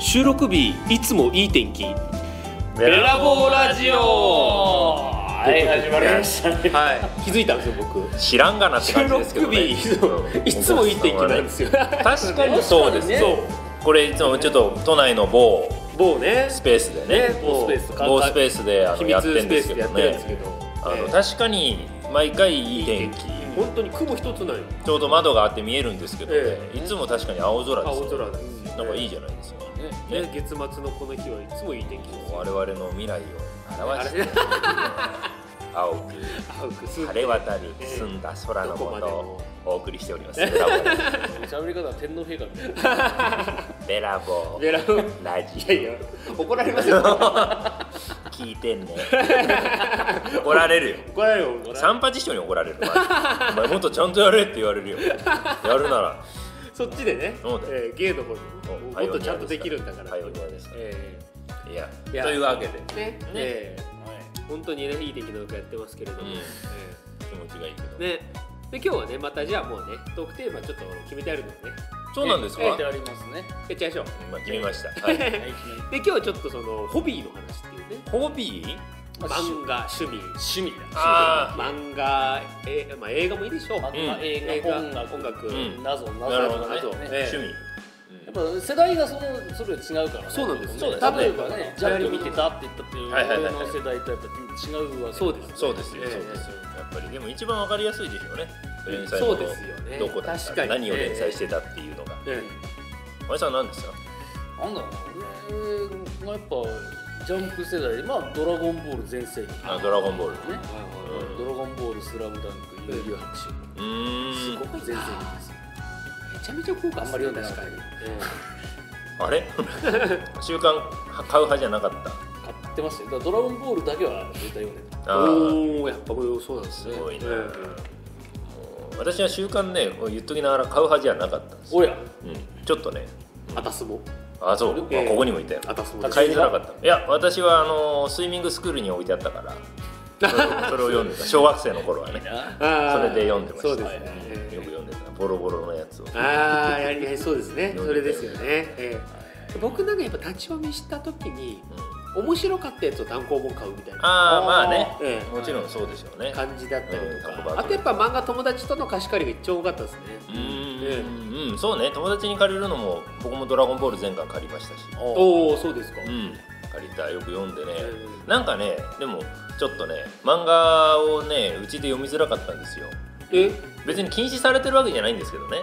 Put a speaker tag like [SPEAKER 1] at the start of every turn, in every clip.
[SPEAKER 1] 収録日いつもいい天気は
[SPEAKER 2] ベラボーラジオはい始まりましたね
[SPEAKER 1] い気づいたんですよ僕
[SPEAKER 3] 知らんがなって
[SPEAKER 1] 収
[SPEAKER 3] 感じ
[SPEAKER 1] 録
[SPEAKER 3] ですけど
[SPEAKER 1] 日
[SPEAKER 3] ね
[SPEAKER 1] いつもいつもいい天気なんですよ
[SPEAKER 3] 確かにそうです、
[SPEAKER 2] ね
[SPEAKER 3] そうこれいつもちょっと都内の某
[SPEAKER 1] 某ね
[SPEAKER 3] スペースでね
[SPEAKER 1] 某スペース
[SPEAKER 3] 某スペースであ
[SPEAKER 1] 秘
[SPEAKER 3] の
[SPEAKER 1] 密
[SPEAKER 3] やって
[SPEAKER 1] ス
[SPEAKER 3] ん
[SPEAKER 1] ペ
[SPEAKER 3] で
[SPEAKER 1] ース
[SPEAKER 3] すけ
[SPEAKER 1] でや
[SPEAKER 3] ど
[SPEAKER 1] ってるんですけ
[SPEAKER 3] ね
[SPEAKER 1] ど
[SPEAKER 3] あの
[SPEAKER 1] ええ
[SPEAKER 3] 確かに毎回いい天気
[SPEAKER 1] 本当に雲一つない
[SPEAKER 3] ちょうど窓があって見えるんですけどね、
[SPEAKER 1] ええ
[SPEAKER 3] いつも確かに青空です
[SPEAKER 1] 青
[SPEAKER 3] よ
[SPEAKER 1] 空です
[SPEAKER 3] なんかいい
[SPEAKER 1] じ
[SPEAKER 3] じゃないですか、
[SPEAKER 1] ゃんね月末のこの日はいつもいい天気です
[SPEAKER 3] 我々の未来を表して青く
[SPEAKER 1] 青くす
[SPEAKER 3] 晴れ渡る澄んだ空のも
[SPEAKER 1] どこまで
[SPEAKER 3] と
[SPEAKER 1] も
[SPEAKER 3] をお送りしておりますベラボー
[SPEAKER 2] 喋り方は天皇陛下みたいな
[SPEAKER 3] ベラボ
[SPEAKER 1] ベ
[SPEAKER 3] ー
[SPEAKER 1] ラボー
[SPEAKER 3] ラ
[SPEAKER 1] い
[SPEAKER 3] ジ
[SPEAKER 1] やいや怒られます よ
[SPEAKER 3] オ聞いてんね怒られるよ
[SPEAKER 1] 怒られるよ
[SPEAKER 3] 三八師匠に怒られるお前お前もっとちゃんとやれって言われるよやるなら
[SPEAKER 1] そっちでね
[SPEAKER 3] そうだ
[SPEAKER 1] えー芸の方に
[SPEAKER 3] うん
[SPEAKER 1] もっとちゃんとできるんだから
[SPEAKER 3] パイオニアですから
[SPEAKER 1] え
[SPEAKER 3] いや
[SPEAKER 1] いや
[SPEAKER 3] というわけで、
[SPEAKER 1] ーねえー本当にねいい天気の中やってますけれど
[SPEAKER 3] う
[SPEAKER 1] も、
[SPEAKER 3] ん
[SPEAKER 1] え
[SPEAKER 3] 気持ちがいいけど、
[SPEAKER 1] えねで今日はねまたじゃあもうねトークテーマちょっと決めてあるのでね
[SPEAKER 3] そうなんですか、
[SPEAKER 2] 書いてありますね
[SPEAKER 1] やっちゃいましょう
[SPEAKER 3] まあ、決めました、はい
[SPEAKER 2] はい決め
[SPEAKER 1] で今日はちょっとそのホビーの話っていうね
[SPEAKER 3] ホビー
[SPEAKER 2] まあ
[SPEAKER 1] 漫画趣味
[SPEAKER 2] 趣味
[SPEAKER 3] あ
[SPEAKER 1] 漫画、えーまあ、映画もいいでしょう
[SPEAKER 2] だ漫画
[SPEAKER 3] うん
[SPEAKER 2] 映画音楽
[SPEAKER 1] 音楽、
[SPEAKER 3] うん
[SPEAKER 2] 謎謎
[SPEAKER 3] なるほどね
[SPEAKER 2] 謎
[SPEAKER 1] ええ
[SPEAKER 2] ね
[SPEAKER 3] 趣味、
[SPEAKER 2] やっぱ世代がそれそれぞれ違うからね
[SPEAKER 1] そうなんですね
[SPEAKER 2] そう
[SPEAKER 3] そうですね
[SPEAKER 2] 例えばねジャンル見てたって言ったっていう
[SPEAKER 3] はいはいは
[SPEAKER 2] 俺
[SPEAKER 3] い
[SPEAKER 2] の世代とやっぱ違うわけ
[SPEAKER 1] そうです
[SPEAKER 3] そうですよ、
[SPEAKER 1] ええ
[SPEAKER 3] そうですよやっぱりでも一番わかりやすいでしょうね連載
[SPEAKER 1] そうですよね
[SPEAKER 3] のどこだった
[SPEAKER 1] 確か
[SPEAKER 3] か
[SPEAKER 1] に
[SPEAKER 3] 何を連載してたっていうのが
[SPEAKER 1] え
[SPEAKER 3] お前さん何ですか
[SPEAKER 2] なんだろうな俺がやっぱジャンプ世代まあ「ドラゴンボール」全盛期
[SPEAKER 3] あドラゴンボール
[SPEAKER 2] ね
[SPEAKER 1] ー
[SPEAKER 3] う
[SPEAKER 2] ドラゴンボール、スラムダンク、幽遊白書。
[SPEAKER 3] うー
[SPEAKER 2] す
[SPEAKER 3] ん
[SPEAKER 2] ごく全然いいですよ。
[SPEAKER 1] めちゃめちゃ効果
[SPEAKER 2] あんまり読んでな
[SPEAKER 1] 確
[SPEAKER 2] か
[SPEAKER 1] か
[SPEAKER 2] ったけ
[SPEAKER 1] に
[SPEAKER 2] ど。
[SPEAKER 3] あれ 週刊は買う派じゃなかった
[SPEAKER 2] 買ってましたよ。だからドラゴンボールだけは絶対読んでた。
[SPEAKER 3] あー
[SPEAKER 1] おおやっぱこれそうなんです
[SPEAKER 3] す
[SPEAKER 1] ね
[SPEAKER 3] ごいね、
[SPEAKER 1] え
[SPEAKER 3] もう私は週刊ね言っときながら買う派じゃなかったんですよ、
[SPEAKER 2] おや、
[SPEAKER 3] うん、ちょっとね
[SPEAKER 1] えあたすも
[SPEAKER 3] あそう、
[SPEAKER 1] ええ
[SPEAKER 3] あここにもいたよ
[SPEAKER 1] あたすも
[SPEAKER 2] 立
[SPEAKER 1] で
[SPEAKER 2] ち
[SPEAKER 1] す
[SPEAKER 3] 買いづらかったいや私はあのースイミングスクールに置いてあった からそれをそれを読んでた小学生の頃はね
[SPEAKER 2] な
[SPEAKER 1] あ
[SPEAKER 3] そ
[SPEAKER 1] ー
[SPEAKER 3] れで読んでました
[SPEAKER 1] そうですね、ええ
[SPEAKER 3] よく読んでたボロボロのやつを
[SPEAKER 1] ああやりそうです ね
[SPEAKER 3] 読ん
[SPEAKER 1] そ
[SPEAKER 3] で
[SPEAKER 1] れですよね、ええ僕なんかやっぱ立ち読みした時に
[SPEAKER 3] うん
[SPEAKER 1] 面白かったやつを単行本買うみたいな
[SPEAKER 3] ああまあね
[SPEAKER 1] ええ
[SPEAKER 3] もちろんそうでしょうね
[SPEAKER 1] 感じだったりと
[SPEAKER 3] うん
[SPEAKER 1] か、あとやっぱ漫画友達との貸し借りが一番多かったですね
[SPEAKER 3] うーんうんそうね友達に借りるのも僕も「ドラゴンボール」全巻借りましたし
[SPEAKER 1] おおそうですか、
[SPEAKER 3] うん借りたよく読んでね、
[SPEAKER 1] うん
[SPEAKER 3] なんかねでもちょっとね漫画をねうちで読みづらかったんですよ
[SPEAKER 1] え
[SPEAKER 3] 別に禁止されてるわけじゃないんですけどね、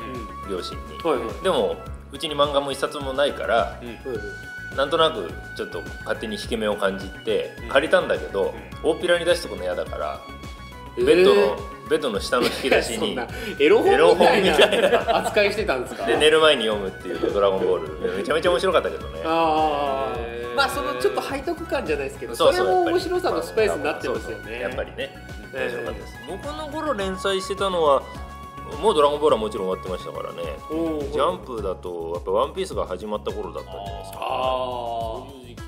[SPEAKER 1] う
[SPEAKER 3] 両親に、
[SPEAKER 1] はいはい
[SPEAKER 3] でもうちに漫画も一冊もないから
[SPEAKER 1] ん
[SPEAKER 3] なんとなくちょっと勝手に引け目を感じて借りたんだけど、大っぴらに出しとくの嫌だから、ベッドのベッドの下の引き出 し
[SPEAKER 1] そん
[SPEAKER 3] に
[SPEAKER 1] なエロ
[SPEAKER 3] エロ
[SPEAKER 1] 本みたい
[SPEAKER 3] 本みたい
[SPEAKER 1] な扱いしてたんですか
[SPEAKER 3] で寝る前に読むっていう「ドラゴンボール」めちゃめちゃ面白かったけどね
[SPEAKER 1] ああ、
[SPEAKER 2] へー
[SPEAKER 1] まあそのちょっと背徳感じゃないですけど
[SPEAKER 3] そ
[SPEAKER 1] そう
[SPEAKER 3] そう
[SPEAKER 1] れも
[SPEAKER 3] やっぱり
[SPEAKER 1] 面白さのスペースになってますよ
[SPEAKER 3] そうそう
[SPEAKER 1] ね
[SPEAKER 3] やっぱりね
[SPEAKER 1] ええ
[SPEAKER 3] 面白かったです、僕の頃連載してたのはもう「ドラゴンボール」はもちろん終わってましたからね
[SPEAKER 1] おー
[SPEAKER 3] ジャンプだとやっぱ「ワンピースが始まった頃だったんじゃないですか
[SPEAKER 2] あそういう時期か。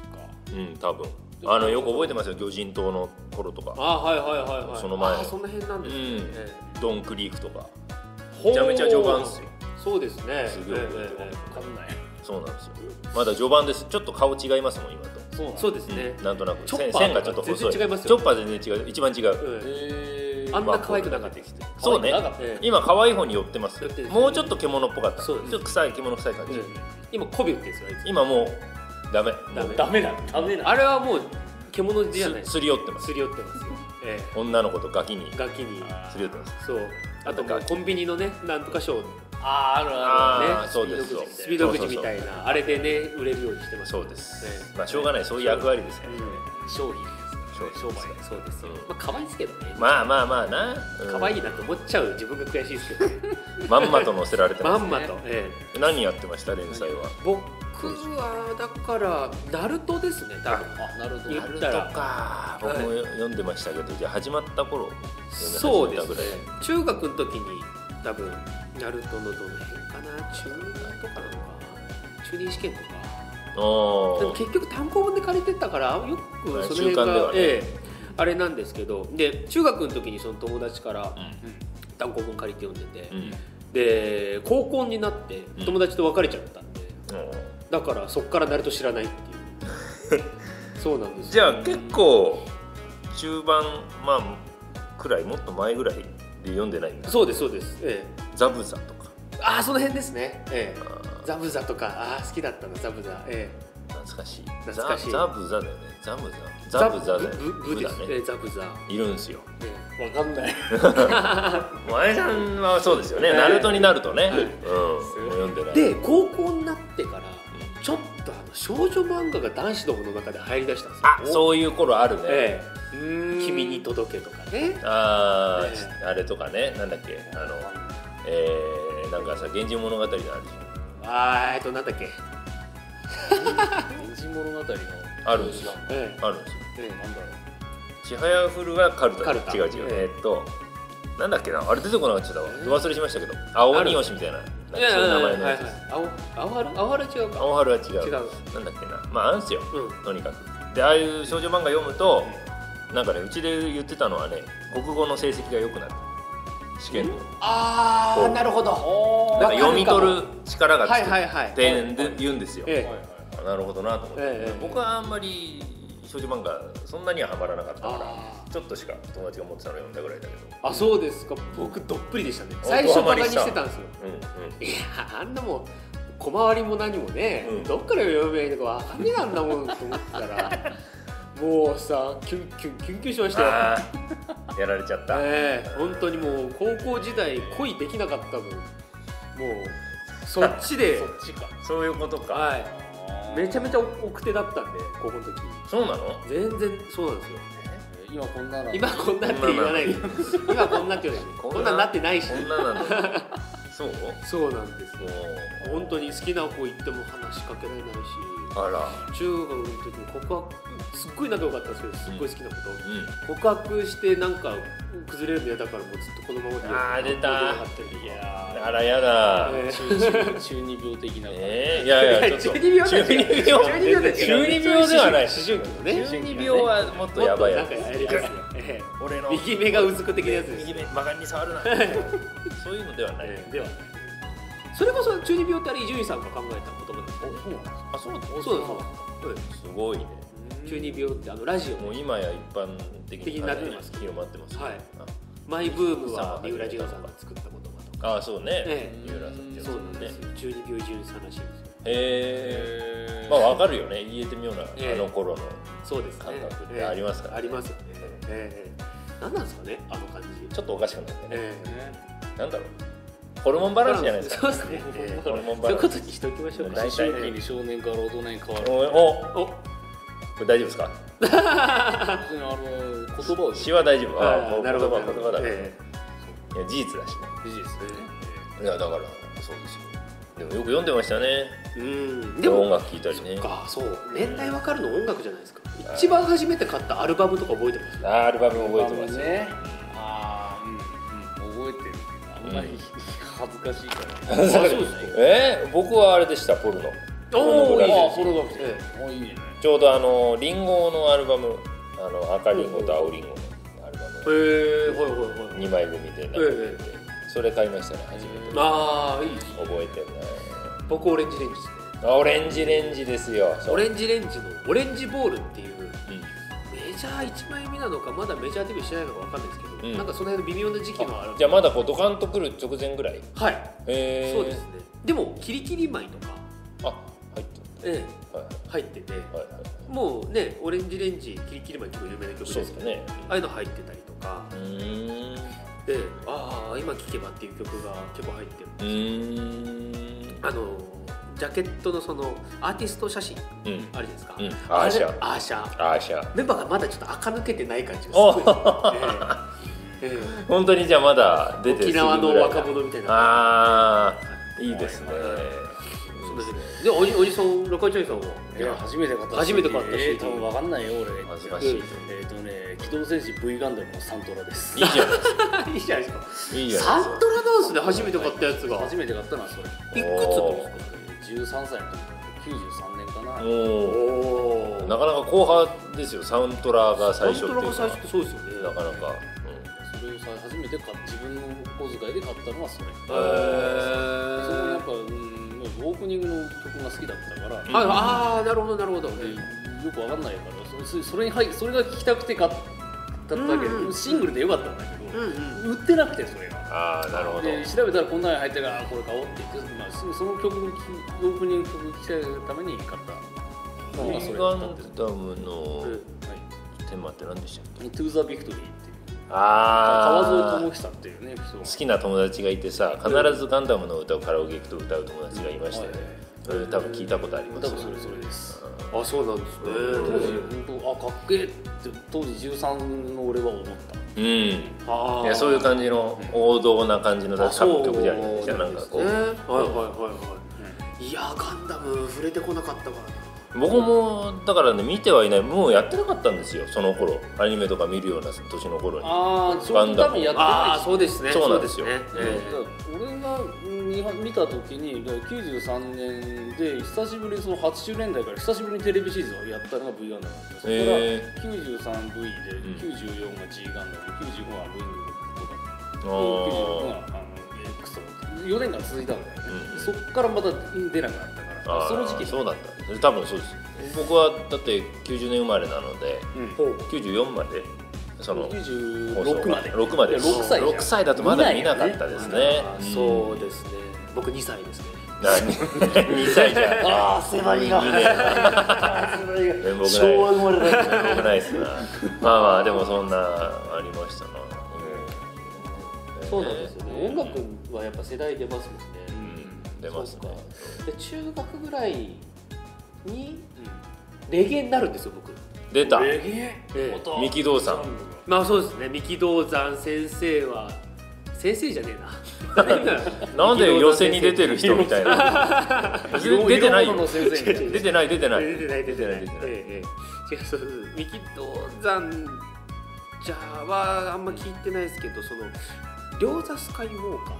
[SPEAKER 3] うん多分あのよく覚えてますよ魚人島の頃とか
[SPEAKER 1] あーはいはいはいはい
[SPEAKER 3] その前
[SPEAKER 1] あーその辺なんですね、
[SPEAKER 3] うん
[SPEAKER 1] え
[SPEAKER 3] ドン・クリークとか
[SPEAKER 1] え
[SPEAKER 3] めちゃめちゃ序盤ですよ
[SPEAKER 1] そうですね
[SPEAKER 3] すごい
[SPEAKER 1] えええ
[SPEAKER 2] わかんない。
[SPEAKER 3] そうなんですよまだ序盤ですちょっと顔違いますもん今と、
[SPEAKER 2] そうな
[SPEAKER 1] え
[SPEAKER 2] ん
[SPEAKER 1] そうですね、
[SPEAKER 3] うんなんとなく
[SPEAKER 1] チョッ
[SPEAKER 3] 線
[SPEAKER 1] パー
[SPEAKER 3] 線がちょっと細い
[SPEAKER 1] 全然違いますよ
[SPEAKER 3] チョッパー全然違う一番違
[SPEAKER 1] う
[SPEAKER 3] う、
[SPEAKER 1] ん
[SPEAKER 2] へ
[SPEAKER 1] あ
[SPEAKER 2] ー
[SPEAKER 1] んな可愛くなかったです
[SPEAKER 3] そうね
[SPEAKER 2] 可愛くなかった
[SPEAKER 1] ええ
[SPEAKER 3] 今可愛い方に寄ってます
[SPEAKER 1] 寄ってる
[SPEAKER 3] もうちょっと獣っぽかったち
[SPEAKER 1] そ
[SPEAKER 3] ょ
[SPEAKER 1] うで
[SPEAKER 3] っ
[SPEAKER 1] す
[SPEAKER 3] と臭い獣臭い感じ、
[SPEAKER 1] うん今こびってんですよあいつ
[SPEAKER 3] 今もうダメ
[SPEAKER 1] ダメ
[SPEAKER 2] ダメなのダメなの
[SPEAKER 1] あれはもう獣じゃない
[SPEAKER 3] すすり寄ってます
[SPEAKER 1] すり寄ってますよ、え
[SPEAKER 3] 女の子とガキに
[SPEAKER 1] え、ガキに
[SPEAKER 3] すり寄ってます
[SPEAKER 1] そうあともうコンビニのねなんとかショー
[SPEAKER 2] あー、あるある。
[SPEAKER 3] ああ
[SPEAKER 1] ね
[SPEAKER 3] そうですよ
[SPEAKER 1] スピードくじみたいなあれでね売れるようにしてます
[SPEAKER 3] そうです
[SPEAKER 1] ええ
[SPEAKER 3] まあしょうがないそういう役割ですよ
[SPEAKER 1] うん
[SPEAKER 3] ね
[SPEAKER 2] 商品
[SPEAKER 3] そうです
[SPEAKER 1] 商売そうですよ
[SPEAKER 3] うん
[SPEAKER 1] まあ可愛いですけどね
[SPEAKER 3] まあまあまあな
[SPEAKER 1] 可愛
[SPEAKER 3] い
[SPEAKER 1] いなと思っちゃう自分が悔しいですけどね
[SPEAKER 3] まんまと乗せられて
[SPEAKER 1] ま
[SPEAKER 3] ます
[SPEAKER 1] んまとええ
[SPEAKER 3] 何やってました連載は
[SPEAKER 1] 僕はだからナルトですね多分
[SPEAKER 2] あ、なるほど。
[SPEAKER 1] 言
[SPEAKER 2] なる
[SPEAKER 1] ったら
[SPEAKER 3] か僕も読んでましたけどじゃあ始まった頃
[SPEAKER 1] そう
[SPEAKER 3] 読み
[SPEAKER 1] で
[SPEAKER 3] 始
[SPEAKER 1] す
[SPEAKER 3] めたぐ
[SPEAKER 1] ね
[SPEAKER 3] らい
[SPEAKER 1] 中学の時に多分ナルトのどの辺かな中2とかなのかな中2試験とかで
[SPEAKER 3] お
[SPEAKER 1] も
[SPEAKER 3] ー
[SPEAKER 1] 結局単行本で借りてったからよくその辺
[SPEAKER 3] 習慣
[SPEAKER 1] が、
[SPEAKER 3] ではね
[SPEAKER 1] ええあれなんですけどで中学の時にその友達から単行本借りて読んでて、
[SPEAKER 3] うんうん
[SPEAKER 1] で高校になって友達と別れちゃったんで、
[SPEAKER 3] うん
[SPEAKER 1] だからそっから誰と知らないっていう そうなんです
[SPEAKER 3] じゃ
[SPEAKER 1] よ
[SPEAKER 3] あ結構中盤まあくらいもっと前ぐらいで読んでないんだ
[SPEAKER 1] そうですそうですえ
[SPEAKER 3] ザブザとか
[SPEAKER 1] えああその辺ですねええ
[SPEAKER 3] あ
[SPEAKER 1] ザブザとかああ好きだったなザブザええ
[SPEAKER 3] ー懐かしい
[SPEAKER 1] 懐かしい
[SPEAKER 3] ザザブザだよねザブザザブザだよね
[SPEAKER 1] ブブブで
[SPEAKER 3] だ
[SPEAKER 1] すえ
[SPEAKER 3] ね
[SPEAKER 1] えザブザ
[SPEAKER 3] いるんすよ
[SPEAKER 1] え
[SPEAKER 2] わかんない
[SPEAKER 3] 前さんはそうですよね、
[SPEAKER 1] はい
[SPEAKER 3] ナルトになるとね、
[SPEAKER 1] はい
[SPEAKER 3] うんもう読んでない
[SPEAKER 1] えで高校になってからちょっとあの少女漫画が男子どもの中で入りだしたんですよ
[SPEAKER 3] あそういう頃あるね、
[SPEAKER 1] ええ君
[SPEAKER 2] 君
[SPEAKER 1] に届けとかね
[SPEAKER 3] あー、
[SPEAKER 1] え
[SPEAKER 3] あれとかねなんだっけあのえー、なんかさ「源氏物語」のあるじゃん
[SPEAKER 1] あーえっとなんだっけ
[SPEAKER 2] 「源氏物語」の
[SPEAKER 3] あるんですよ
[SPEAKER 1] え
[SPEAKER 3] あるんですよ
[SPEAKER 1] えええ
[SPEAKER 2] なんだろう
[SPEAKER 3] ちはやふるはカルタ
[SPEAKER 1] カルタ
[SPEAKER 3] 違う違う、
[SPEAKER 1] ええ
[SPEAKER 3] えーっとなんだっけなあれ出てこなかったわ、
[SPEAKER 1] ええ
[SPEAKER 3] ど忘れしましたけど青鬼よしみたいななんかそういう名前のやつです、
[SPEAKER 1] あおあわるあわる違うか
[SPEAKER 3] 青春は違う
[SPEAKER 1] 違う
[SPEAKER 3] なんだっけなまああるんですよ
[SPEAKER 1] うん
[SPEAKER 3] とにかくでああいう少女漫画読むとなんかねうちで言ってたのはね国語の成績が良くなる試験の
[SPEAKER 1] あ
[SPEAKER 3] そ
[SPEAKER 1] あ
[SPEAKER 3] う
[SPEAKER 1] なるほど
[SPEAKER 2] あ
[SPEAKER 3] な
[SPEAKER 2] ー
[SPEAKER 3] んか
[SPEAKER 1] わ
[SPEAKER 3] 読み取
[SPEAKER 1] か
[SPEAKER 3] る力がつく
[SPEAKER 1] はいはいはい
[SPEAKER 3] ってで言うんですよ、
[SPEAKER 1] ええ
[SPEAKER 2] はいはいはい
[SPEAKER 3] あなるほどなと思って、
[SPEAKER 1] ええ
[SPEAKER 3] 僕はあんまり少女漫画そんなにはハマらなかったか
[SPEAKER 1] あ
[SPEAKER 3] らちょっとしか友達が持ってたの読んだぐらいだけど
[SPEAKER 1] ーあそうですか僕どっぷりでしたね
[SPEAKER 3] 当
[SPEAKER 1] 最初
[SPEAKER 3] ハマ
[SPEAKER 1] バ
[SPEAKER 3] り
[SPEAKER 1] カに
[SPEAKER 3] した
[SPEAKER 1] してたんですよ
[SPEAKER 3] うんうん
[SPEAKER 1] いやあんなもん小回りも何もね、
[SPEAKER 3] うん
[SPEAKER 1] どっから読めばいいのかわかんねえなんだもんと思ってた らもうさキュンキュンキュンキュンしましたよ
[SPEAKER 3] あーやられちゃった、
[SPEAKER 1] ええ本当にもう高校時代恋できなかった分もうそっちで
[SPEAKER 2] そっちか
[SPEAKER 3] そういうことか、
[SPEAKER 1] は
[SPEAKER 2] あ
[SPEAKER 1] い
[SPEAKER 2] ー
[SPEAKER 1] めちゃめちゃ奥手だったんで高校の時
[SPEAKER 3] そうなの
[SPEAKER 1] 全然そうなんですよ
[SPEAKER 2] 今こんなの
[SPEAKER 1] 今こんなって言わないで今こんなって言わないで
[SPEAKER 3] こん
[SPEAKER 1] こ
[SPEAKER 3] なん
[SPEAKER 1] なんなってないし
[SPEAKER 3] こん ななのそうも
[SPEAKER 1] そうなんですよ
[SPEAKER 3] う
[SPEAKER 1] 本当に好きな子行っても話しかけられないし
[SPEAKER 3] あら
[SPEAKER 1] 中学の時も告白すっごい仲良かったんですけどすっごい好きなこと、
[SPEAKER 3] うん
[SPEAKER 1] 告白してなんか崩れるの嫌だからもうずっとこのままで
[SPEAKER 3] あー出た
[SPEAKER 1] 学校出なかったり
[SPEAKER 2] いや
[SPEAKER 3] あらやだ
[SPEAKER 1] え
[SPEAKER 2] ー中中中二病的な感じ
[SPEAKER 3] えー、いやいやちょっと
[SPEAKER 1] 12秒だよ12秒だよ
[SPEAKER 3] 12秒ではない
[SPEAKER 1] 思春期のね
[SPEAKER 3] 12秒はもっとやばいやつ
[SPEAKER 1] もっとなんかやりますよえ
[SPEAKER 3] 俺
[SPEAKER 1] え
[SPEAKER 3] の
[SPEAKER 1] 右目がうずく的なやつ です
[SPEAKER 3] 右目曲がりに触るなそういうのではない、
[SPEAKER 1] ええではそれこそ中二病ってあれ伊集院さんが考えた言葉ですよね
[SPEAKER 3] あそうなの
[SPEAKER 1] そうそうそうです
[SPEAKER 3] すごいね
[SPEAKER 1] 中二病ってあのラジオ
[SPEAKER 3] もう今や一般的
[SPEAKER 1] 的になってます
[SPEAKER 3] 広まってます
[SPEAKER 1] はいマイブームは三浦淳さんが作った言葉とか
[SPEAKER 3] ああそうね、
[SPEAKER 1] え
[SPEAKER 2] え
[SPEAKER 3] 三浦さんってやつ
[SPEAKER 1] そう
[SPEAKER 3] も
[SPEAKER 1] なん
[SPEAKER 3] ね
[SPEAKER 1] ですよ中二病伊集院さんらしいんですよ
[SPEAKER 3] へ
[SPEAKER 2] え
[SPEAKER 3] え
[SPEAKER 2] ー
[SPEAKER 3] まあわかるよね言えてみような、
[SPEAKER 1] ええ
[SPEAKER 3] あの頃の
[SPEAKER 1] そうですね
[SPEAKER 3] 感覚っ
[SPEAKER 1] ええ
[SPEAKER 3] てありますから、ね
[SPEAKER 1] ありますよね
[SPEAKER 3] うん
[SPEAKER 1] ええ何なんですかねあの感じ
[SPEAKER 3] ちょっとおかしくなったね、
[SPEAKER 1] ええ
[SPEAKER 2] ね
[SPEAKER 3] なんだろうホルモンバランスじゃないですか
[SPEAKER 1] そうですねええ
[SPEAKER 3] ホルモン
[SPEAKER 1] そ
[SPEAKER 3] バ
[SPEAKER 1] うい
[SPEAKER 3] ラ
[SPEAKER 1] う
[SPEAKER 3] ン
[SPEAKER 1] こ
[SPEAKER 3] ス
[SPEAKER 1] とにしておきましょうか
[SPEAKER 3] 大
[SPEAKER 2] 思
[SPEAKER 3] 体
[SPEAKER 2] 春期に少年から大人に変わ
[SPEAKER 3] お
[SPEAKER 2] る
[SPEAKER 3] おこ
[SPEAKER 1] お
[SPEAKER 3] れ大丈夫ですか
[SPEAKER 2] 別にあの言葉を
[SPEAKER 3] 詩は大丈夫ああ
[SPEAKER 1] あ
[SPEAKER 3] も
[SPEAKER 1] あ
[SPEAKER 3] う言葉は言葉だ、
[SPEAKER 1] え
[SPEAKER 3] いや事実だしね
[SPEAKER 2] 事実ですね
[SPEAKER 3] いやだからそうですよでもよく読んでましたね
[SPEAKER 1] えうんでも
[SPEAKER 3] 音楽聴いたりね
[SPEAKER 1] そっかそう年代わかるの音楽じゃないですか一番初めて買ったアルバムとか覚えてます
[SPEAKER 3] あーアルバム覚えてますよ
[SPEAKER 2] ねああうんうん覚えてるけどあんま
[SPEAKER 3] う
[SPEAKER 2] り
[SPEAKER 3] ん
[SPEAKER 2] 恥ずかしいから
[SPEAKER 1] あそうですか
[SPEAKER 3] えー、僕はあれでしたポルノ
[SPEAKER 1] おおいい
[SPEAKER 2] あ
[SPEAKER 1] で
[SPEAKER 2] あ
[SPEAKER 1] す
[SPEAKER 2] それが来て
[SPEAKER 1] え
[SPEAKER 2] もういいね
[SPEAKER 3] ちょうどあのリンゴのアルバムあの赤リンゴと青リンゴのアルバム
[SPEAKER 1] えはいはいはい
[SPEAKER 3] 2枚組でなってて、
[SPEAKER 1] え
[SPEAKER 3] それ買いましたね初めて覚
[SPEAKER 1] ああいいです
[SPEAKER 3] えてない
[SPEAKER 1] 僕オレンジレンジですね
[SPEAKER 3] あオレンジレンジですよ
[SPEAKER 1] オレンジレンジのオレンジボールっていう
[SPEAKER 3] う
[SPEAKER 1] メジャー1枚目なのかまだメジャーデビューしてないのかわかんないですけど、
[SPEAKER 3] うん
[SPEAKER 1] なんかその辺の微妙な時期もある
[SPEAKER 3] んじゃあまだこうドカンと来る直前ぐらい
[SPEAKER 1] はい、
[SPEAKER 3] え
[SPEAKER 1] そ
[SPEAKER 3] ー、
[SPEAKER 1] うですねでもキリキリ舞とか、
[SPEAKER 3] あ入って
[SPEAKER 1] え
[SPEAKER 3] るはい
[SPEAKER 1] え入ってて
[SPEAKER 3] はいはいはい
[SPEAKER 1] もうねオレンジレンジキリキリ舞結構有名な曲です
[SPEAKER 3] そう
[SPEAKER 1] け
[SPEAKER 3] です
[SPEAKER 1] ど
[SPEAKER 3] ね
[SPEAKER 1] ああいうの入ってたりとか
[SPEAKER 3] うーんう
[SPEAKER 1] でああ今聴けばっていう曲が結構入ってる
[SPEAKER 3] ーん
[SPEAKER 1] あのジャケットのそのアーティスト写真
[SPEAKER 3] うん
[SPEAKER 1] あるじゃないですか、
[SPEAKER 3] うんアーシャ
[SPEAKER 1] あれアーシャ
[SPEAKER 3] あーしゃあ
[SPEAKER 1] メンバーがまだちょっと垢抜けてない感じがす
[SPEAKER 3] お
[SPEAKER 1] ごいですね、ええええ
[SPEAKER 3] 本当にじゃあまだ出て
[SPEAKER 1] 沖縄の若者みたいな
[SPEAKER 3] ああいいですね、
[SPEAKER 1] はいはい
[SPEAKER 3] いい
[SPEAKER 1] そう
[SPEAKER 3] で
[SPEAKER 1] ですす
[SPEAKER 3] ね
[SPEAKER 1] ねでおじおじさん六八おじさんはい
[SPEAKER 2] や初めて買った
[SPEAKER 1] 初めて買ったし
[SPEAKER 2] えー多分わかんないよ俺
[SPEAKER 3] 恥ずかしい
[SPEAKER 2] えっとね機動戦士 V ガンダムのサントラです
[SPEAKER 3] いいじゃないです
[SPEAKER 1] いいじゃないですか
[SPEAKER 3] かいいじゃない
[SPEAKER 1] サン
[SPEAKER 3] ですか
[SPEAKER 1] トラダンスで初めて買ったやつが
[SPEAKER 2] 初めて買ったのはそれ
[SPEAKER 1] いくつのですか
[SPEAKER 2] 13歳の時93年かな
[SPEAKER 3] も
[SPEAKER 1] お
[SPEAKER 3] う
[SPEAKER 1] ー
[SPEAKER 3] なかなか後半ですよサウントラが最初って
[SPEAKER 1] サント
[SPEAKER 3] いうの
[SPEAKER 1] ラが最初ってそうですよね
[SPEAKER 3] なかなか、
[SPEAKER 2] それをさ初めて買っ自分のお小遣いで買ったのはそれ
[SPEAKER 1] へ
[SPEAKER 2] それもや
[SPEAKER 1] ー
[SPEAKER 2] っぱうんウォークニングの曲が好きだったから、
[SPEAKER 3] うん
[SPEAKER 2] よ
[SPEAKER 1] ああーなるほどなるほど、
[SPEAKER 2] くわかんないからそそれに入それが聞きたくて買っただけで、
[SPEAKER 1] うんうん
[SPEAKER 2] シングルでよかったんだけど、
[SPEAKER 1] うんうん
[SPEAKER 2] 売ってなくてそれが。
[SPEAKER 3] ああなるほど
[SPEAKER 2] で調べたらこんなの入ってるからあこれ買おうって言って、まあ、そその曲のオープニング曲聴きたいために買ったの
[SPEAKER 3] ミ
[SPEAKER 2] がそれだ
[SPEAKER 3] ガ
[SPEAKER 2] っ
[SPEAKER 3] ン
[SPEAKER 2] たんです、
[SPEAKER 3] ダムの
[SPEAKER 2] うんは
[SPEAKER 3] テーマって何でしたっけ
[SPEAKER 2] い、トゥーザビクトリーっていう
[SPEAKER 3] ああ
[SPEAKER 2] 川添智久っていうね人が
[SPEAKER 3] 好きな友達がいてさ必ずガンダムの歌をカラオケ行くと歌う友達がいましたよね、それ多分聞いたことあります
[SPEAKER 2] 多分それそれです
[SPEAKER 1] あそうなんですね
[SPEAKER 2] 当時
[SPEAKER 3] う
[SPEAKER 2] 本当あかっけえって当時13の俺は思った
[SPEAKER 3] うんい
[SPEAKER 1] あ
[SPEAKER 3] やそういう感じの王道な感じの多
[SPEAKER 1] あそう
[SPEAKER 3] 分曲じゃないですかなんかこ
[SPEAKER 1] ねはいうはいはいはいいやガンダム触れてこなかったからな
[SPEAKER 3] 僕もだからね見てはいないもうやってなかったんですよその頃アニメとか見るような年の頃に
[SPEAKER 2] ああ
[SPEAKER 3] ガンダム
[SPEAKER 2] 多分やって
[SPEAKER 1] あ
[SPEAKER 2] な
[SPEAKER 1] あ
[SPEAKER 2] いし
[SPEAKER 1] そうですね
[SPEAKER 3] そうなんですよ
[SPEAKER 1] そうねえ
[SPEAKER 2] だから俺が見は見た時にだから93年で久しぶりにその80年代から久しぶりにテレビシリーズをやったのが V ガンダムだったそれ
[SPEAKER 3] へえ
[SPEAKER 2] から 93V で
[SPEAKER 3] うん
[SPEAKER 2] 94が G ガンダム95は V とか
[SPEAKER 3] あ
[SPEAKER 2] 96が
[SPEAKER 3] ー
[SPEAKER 2] あの X 4年間続いたんだよね、
[SPEAKER 3] うん
[SPEAKER 2] そっからまた出なくなったから、
[SPEAKER 3] あ
[SPEAKER 2] その時期
[SPEAKER 3] そうだった多分そうです僕はだって90年生まれなので
[SPEAKER 2] うん
[SPEAKER 1] えほう
[SPEAKER 3] 94までその放送が
[SPEAKER 2] 96まで
[SPEAKER 3] 6まで
[SPEAKER 2] いや6歳じゃん
[SPEAKER 3] 6歳だとまだ見なかったですね
[SPEAKER 1] あー
[SPEAKER 3] ん
[SPEAKER 1] そうですね僕2歳ですね
[SPEAKER 3] 何 2歳 じゃん
[SPEAKER 2] ああ狭いな
[SPEAKER 3] 見ねえ
[SPEAKER 2] あ
[SPEAKER 3] 面目ない
[SPEAKER 2] 昭和生まれだ
[SPEAKER 3] 面目ないっすなまあまあでもそんなありましたな、うん
[SPEAKER 1] そうなんですよね
[SPEAKER 3] う
[SPEAKER 1] 音
[SPEAKER 3] ん
[SPEAKER 1] 楽はやっぱ世代出ますもんね
[SPEAKER 3] うん出ますね
[SPEAKER 1] そうかで中学ぐらいにレゲエになるんですよ僕
[SPEAKER 3] 出た
[SPEAKER 2] レゲ
[SPEAKER 1] ええ
[SPEAKER 2] エ
[SPEAKER 3] 三木道山
[SPEAKER 1] まあそうですね三木道山先生は先生じゃね えな誰だ
[SPEAKER 3] なんで寄せに出てる人みたいな出てないよ
[SPEAKER 2] の先生
[SPEAKER 3] 出てない出てない
[SPEAKER 1] 出てない出てない
[SPEAKER 3] 出てない
[SPEAKER 1] ええええ違うそうそう三木道山じゃはあんま聞いてないですけどその両座スカイウォーカー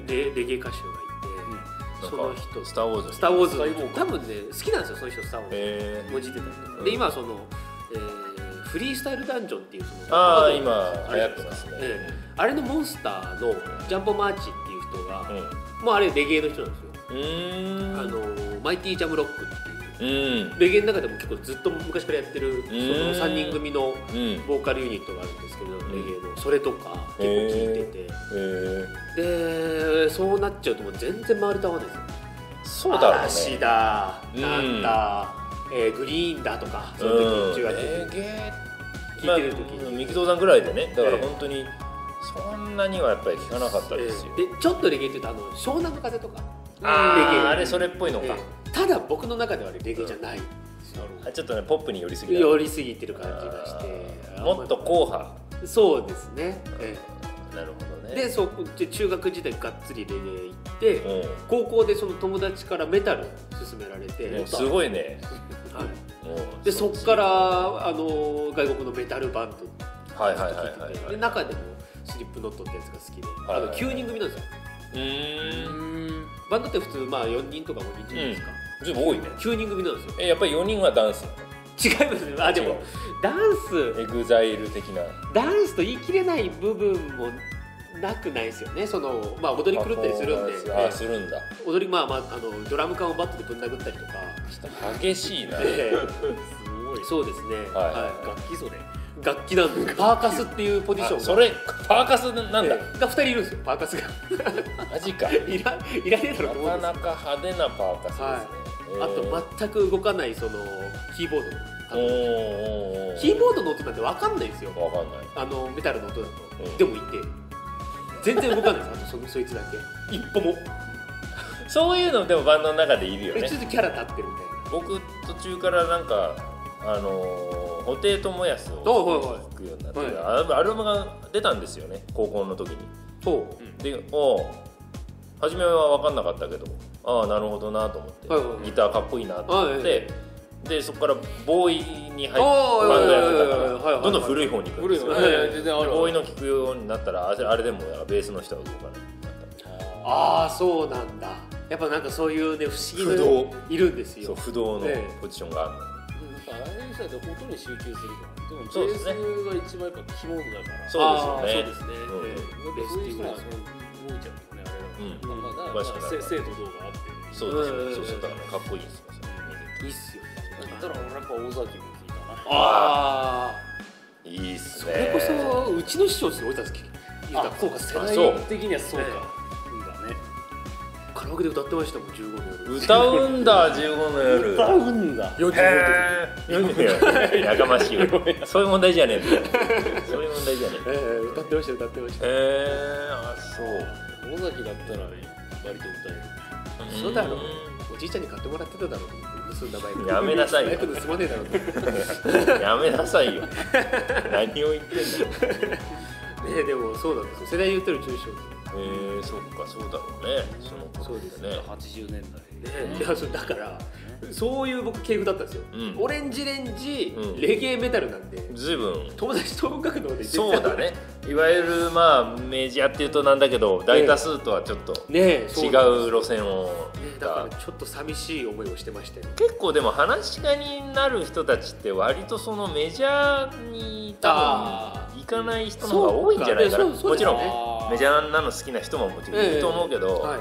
[SPEAKER 1] っていうレレゲエ歌手がいて、その
[SPEAKER 3] なん
[SPEAKER 1] 人
[SPEAKER 3] かスター・ウォーズ
[SPEAKER 1] スター・ウォーズの
[SPEAKER 2] スターウォーカ
[SPEAKER 1] 多分ね好きなんですよその人スター・ウォーズ、
[SPEAKER 3] えー
[SPEAKER 1] もじってたりと
[SPEAKER 3] う
[SPEAKER 1] か
[SPEAKER 3] ん
[SPEAKER 1] で今その、えーフリースタイルダンジョンっていうその
[SPEAKER 3] ああ
[SPEAKER 1] の
[SPEAKER 3] 今流行ってますね、
[SPEAKER 1] ええあれのモンスターのジャンボマーチっていう人が、
[SPEAKER 3] うん
[SPEAKER 1] もうあれレゲエの人なんですよ、
[SPEAKER 3] うーん
[SPEAKER 1] あのマイティジャムロックっていう
[SPEAKER 3] うん
[SPEAKER 1] レゲエの中でも結構ずっと昔からやってるその
[SPEAKER 3] うん
[SPEAKER 1] 3人組の
[SPEAKER 3] うん
[SPEAKER 1] ボーカルユニットがあるんですけど、
[SPEAKER 3] ん
[SPEAKER 1] レゲエのそれとか結構聴いてて、
[SPEAKER 3] えー、
[SPEAKER 1] でそうなっちゃうともう全然周りと合わないですよ
[SPEAKER 3] そうだろうね
[SPEAKER 1] 嵐だ、
[SPEAKER 3] うん
[SPEAKER 1] なんだ、えーグリーンだとかそうの
[SPEAKER 3] ん
[SPEAKER 1] 時中学生
[SPEAKER 3] レゲエ
[SPEAKER 1] 聴いてる時
[SPEAKER 3] まあ
[SPEAKER 1] に、
[SPEAKER 3] 三木道山ぐらいでねだから
[SPEAKER 1] ええ
[SPEAKER 3] 本当にそんなにはやっぱり聞かなかったですよ、
[SPEAKER 1] えーでちょっとレゲエって言うとあの湘南の風とか
[SPEAKER 3] あ
[SPEAKER 1] レゲエ
[SPEAKER 3] ああれそれっぽいのか、
[SPEAKER 1] えーただ僕の中ではねレゲエじゃない、
[SPEAKER 3] あちょっとねポップに寄りすぎだ
[SPEAKER 1] 寄りすぎてる感じが
[SPEAKER 3] あ
[SPEAKER 1] して
[SPEAKER 3] ーもっと硬派
[SPEAKER 1] そうですね、え
[SPEAKER 3] なるほど
[SPEAKER 1] ー
[SPEAKER 3] ね
[SPEAKER 1] でそうで中学時代がっつりレゲエ行って、
[SPEAKER 3] うん
[SPEAKER 1] 高校でその友達からメタル勧められて、
[SPEAKER 3] ねすごいね
[SPEAKER 1] はい、
[SPEAKER 3] もう
[SPEAKER 1] でそっからあの外国のメタルバンドとか
[SPEAKER 3] はいはいはい
[SPEAKER 1] 聞
[SPEAKER 3] はいい
[SPEAKER 1] てて
[SPEAKER 3] はい
[SPEAKER 1] で中でもスリップノットってやつが好きで、
[SPEAKER 3] はい
[SPEAKER 1] あ
[SPEAKER 3] はい
[SPEAKER 1] の9人組なんですよ
[SPEAKER 3] うーん
[SPEAKER 1] バンドって普通まあ4人とか5人じゃないですか、
[SPEAKER 3] ずいぶん多いね
[SPEAKER 1] 9人組なんですよ
[SPEAKER 3] えやっぱり4人はダンスなの
[SPEAKER 1] 違いますねあで
[SPEAKER 3] 違う
[SPEAKER 1] もダンス
[SPEAKER 3] エグザイル的な
[SPEAKER 1] ダンスと言い切れない部分もなくないですよねそのまあ踊り狂ったりするんで、
[SPEAKER 3] パフォーマンスあーするんだ
[SPEAKER 1] 踊りまあまああのドラム缶をバットでぶん殴ったりと かしたり
[SPEAKER 3] 激しいな
[SPEAKER 1] して
[SPEAKER 2] すごい
[SPEAKER 1] そうですね
[SPEAKER 3] はい
[SPEAKER 1] 楽器それ楽器なんですパーカスっていうポジション
[SPEAKER 3] あ
[SPEAKER 1] が
[SPEAKER 3] それパーカスなんだ
[SPEAKER 1] ええが2人いるんですよパーカスが
[SPEAKER 3] マジか
[SPEAKER 1] いらいらねえだろうと思う
[SPEAKER 3] なん
[SPEAKER 1] です
[SPEAKER 3] かなか派手なパーカスですね、
[SPEAKER 1] あと全く動かないそのキーボードの
[SPEAKER 3] おーおーおー
[SPEAKER 1] キーボードの音なんて分かんないんですよ
[SPEAKER 3] わかんない
[SPEAKER 1] あのメタルの音だと、
[SPEAKER 3] うん
[SPEAKER 1] でもいて全然動かないですあとそそいつだけ一歩も
[SPEAKER 3] そういうのでもバンドの中でいるよ
[SPEAKER 1] え
[SPEAKER 3] ね
[SPEAKER 1] ちょっとキャラ立ってるみたいな
[SPEAKER 3] 僕途中からなんかあのー、布袋ともやすを
[SPEAKER 1] おはいはい
[SPEAKER 3] 聞くようになって、アルバムが出たんですよね高校の時に
[SPEAKER 1] ほ
[SPEAKER 3] でおう初めは分かんなかったけどああなるほどなと思って、
[SPEAKER 1] はいはいはい
[SPEAKER 3] ギターかっこいいなと思って、
[SPEAKER 1] はいはい
[SPEAKER 3] でそこからボーイに入って
[SPEAKER 1] ああ
[SPEAKER 3] バンドやって
[SPEAKER 1] はいはいはい
[SPEAKER 3] たか
[SPEAKER 1] は
[SPEAKER 3] ら
[SPEAKER 1] い
[SPEAKER 3] どんどん古い方に行くん
[SPEAKER 2] 古
[SPEAKER 3] で
[SPEAKER 2] い
[SPEAKER 3] す
[SPEAKER 2] よ
[SPEAKER 3] よ、
[SPEAKER 2] ね
[SPEAKER 1] はい
[SPEAKER 2] 全然ある
[SPEAKER 3] ボーイの聞くようになったらあれあれでもベースの人は動か
[SPEAKER 1] う
[SPEAKER 3] ない
[SPEAKER 1] んああそうなんだやっぱなんかそういうね不思議な
[SPEAKER 3] 不動
[SPEAKER 1] いるんです
[SPEAKER 3] そう
[SPEAKER 1] よ
[SPEAKER 3] 不動の
[SPEAKER 1] ええ
[SPEAKER 3] ポジションがあるの、
[SPEAKER 2] ああいう人だと音に集中するからでもベ
[SPEAKER 3] そうですね
[SPEAKER 2] ースが一番やっぱ肝だから
[SPEAKER 3] そうですよね
[SPEAKER 1] ああそうですね
[SPEAKER 3] うん
[SPEAKER 1] ええ
[SPEAKER 2] なんかそういう人はそれ動いちゃうよね
[SPEAKER 3] うん
[SPEAKER 2] あれだかまあだから
[SPEAKER 3] 詳しくなるから
[SPEAKER 2] せ生と動画あってる
[SPEAKER 3] そうです
[SPEAKER 1] うんうんうん
[SPEAKER 3] ねそうそうだからかっこいいですね
[SPEAKER 1] いいっすよね
[SPEAKER 2] だったら俺やっぱ尾崎も聞いたな
[SPEAKER 1] ああ
[SPEAKER 3] いいっす
[SPEAKER 1] そ
[SPEAKER 3] ね
[SPEAKER 1] れこそうちの師匠ですよ俺たち
[SPEAKER 2] あそうか
[SPEAKER 1] 世
[SPEAKER 2] 世
[SPEAKER 1] 代
[SPEAKER 2] 代的にはそうか
[SPEAKER 1] ね
[SPEAKER 2] そうだね
[SPEAKER 1] カラオケで歌ってましたもん15年
[SPEAKER 3] 歌うんだ15の夜
[SPEAKER 2] 歌うんだ
[SPEAKER 1] 45年
[SPEAKER 3] へえやかましいわそういう問題じゃねえんだよそういう問題じゃねえ
[SPEAKER 1] ええ歌ってました歌ってまし
[SPEAKER 3] へえあそう
[SPEAKER 2] 尾崎だったら割と歌える
[SPEAKER 1] そうだろうたおじいちゃんに買ってもらってただろうと思って盗んだバイク
[SPEAKER 3] やめなさいよ
[SPEAKER 1] バイク盗まねえだろうと思って
[SPEAKER 3] やめなさいよ何を言ってんだよ
[SPEAKER 1] ねでもそうなんですよ世代言ってる中小
[SPEAKER 3] えー、そっかそうだろうねその
[SPEAKER 1] そう
[SPEAKER 3] 頃
[SPEAKER 1] です
[SPEAKER 3] ね
[SPEAKER 2] 80年代
[SPEAKER 1] ねいやそうだからそういう僕系譜だったんですよ、
[SPEAKER 3] うん
[SPEAKER 1] オレンジレンジ、
[SPEAKER 3] うん
[SPEAKER 1] レゲエメタルなんで
[SPEAKER 3] ずいぶん
[SPEAKER 1] 友達と音楽の方で
[SPEAKER 3] そうだねいわゆるまあメジャーっていうとなんだけど大多数とはちょっと
[SPEAKER 1] ねえ
[SPEAKER 3] 違
[SPEAKER 1] そうなんです
[SPEAKER 3] う路線を
[SPEAKER 1] ねだからちょっと寂しい思いをしてましたよ
[SPEAKER 3] 結構でも話し家になる人たちって割とそのメジャーに多
[SPEAKER 1] あ
[SPEAKER 3] 分行かない人の方が多いんじゃない
[SPEAKER 1] そ
[SPEAKER 3] かな
[SPEAKER 1] うかねそう
[SPEAKER 3] もちろ
[SPEAKER 1] そう
[SPEAKER 3] ん
[SPEAKER 1] です
[SPEAKER 3] ね
[SPEAKER 2] あー
[SPEAKER 3] メジャーなの好きな人ももちろんいると思うけど、
[SPEAKER 1] はい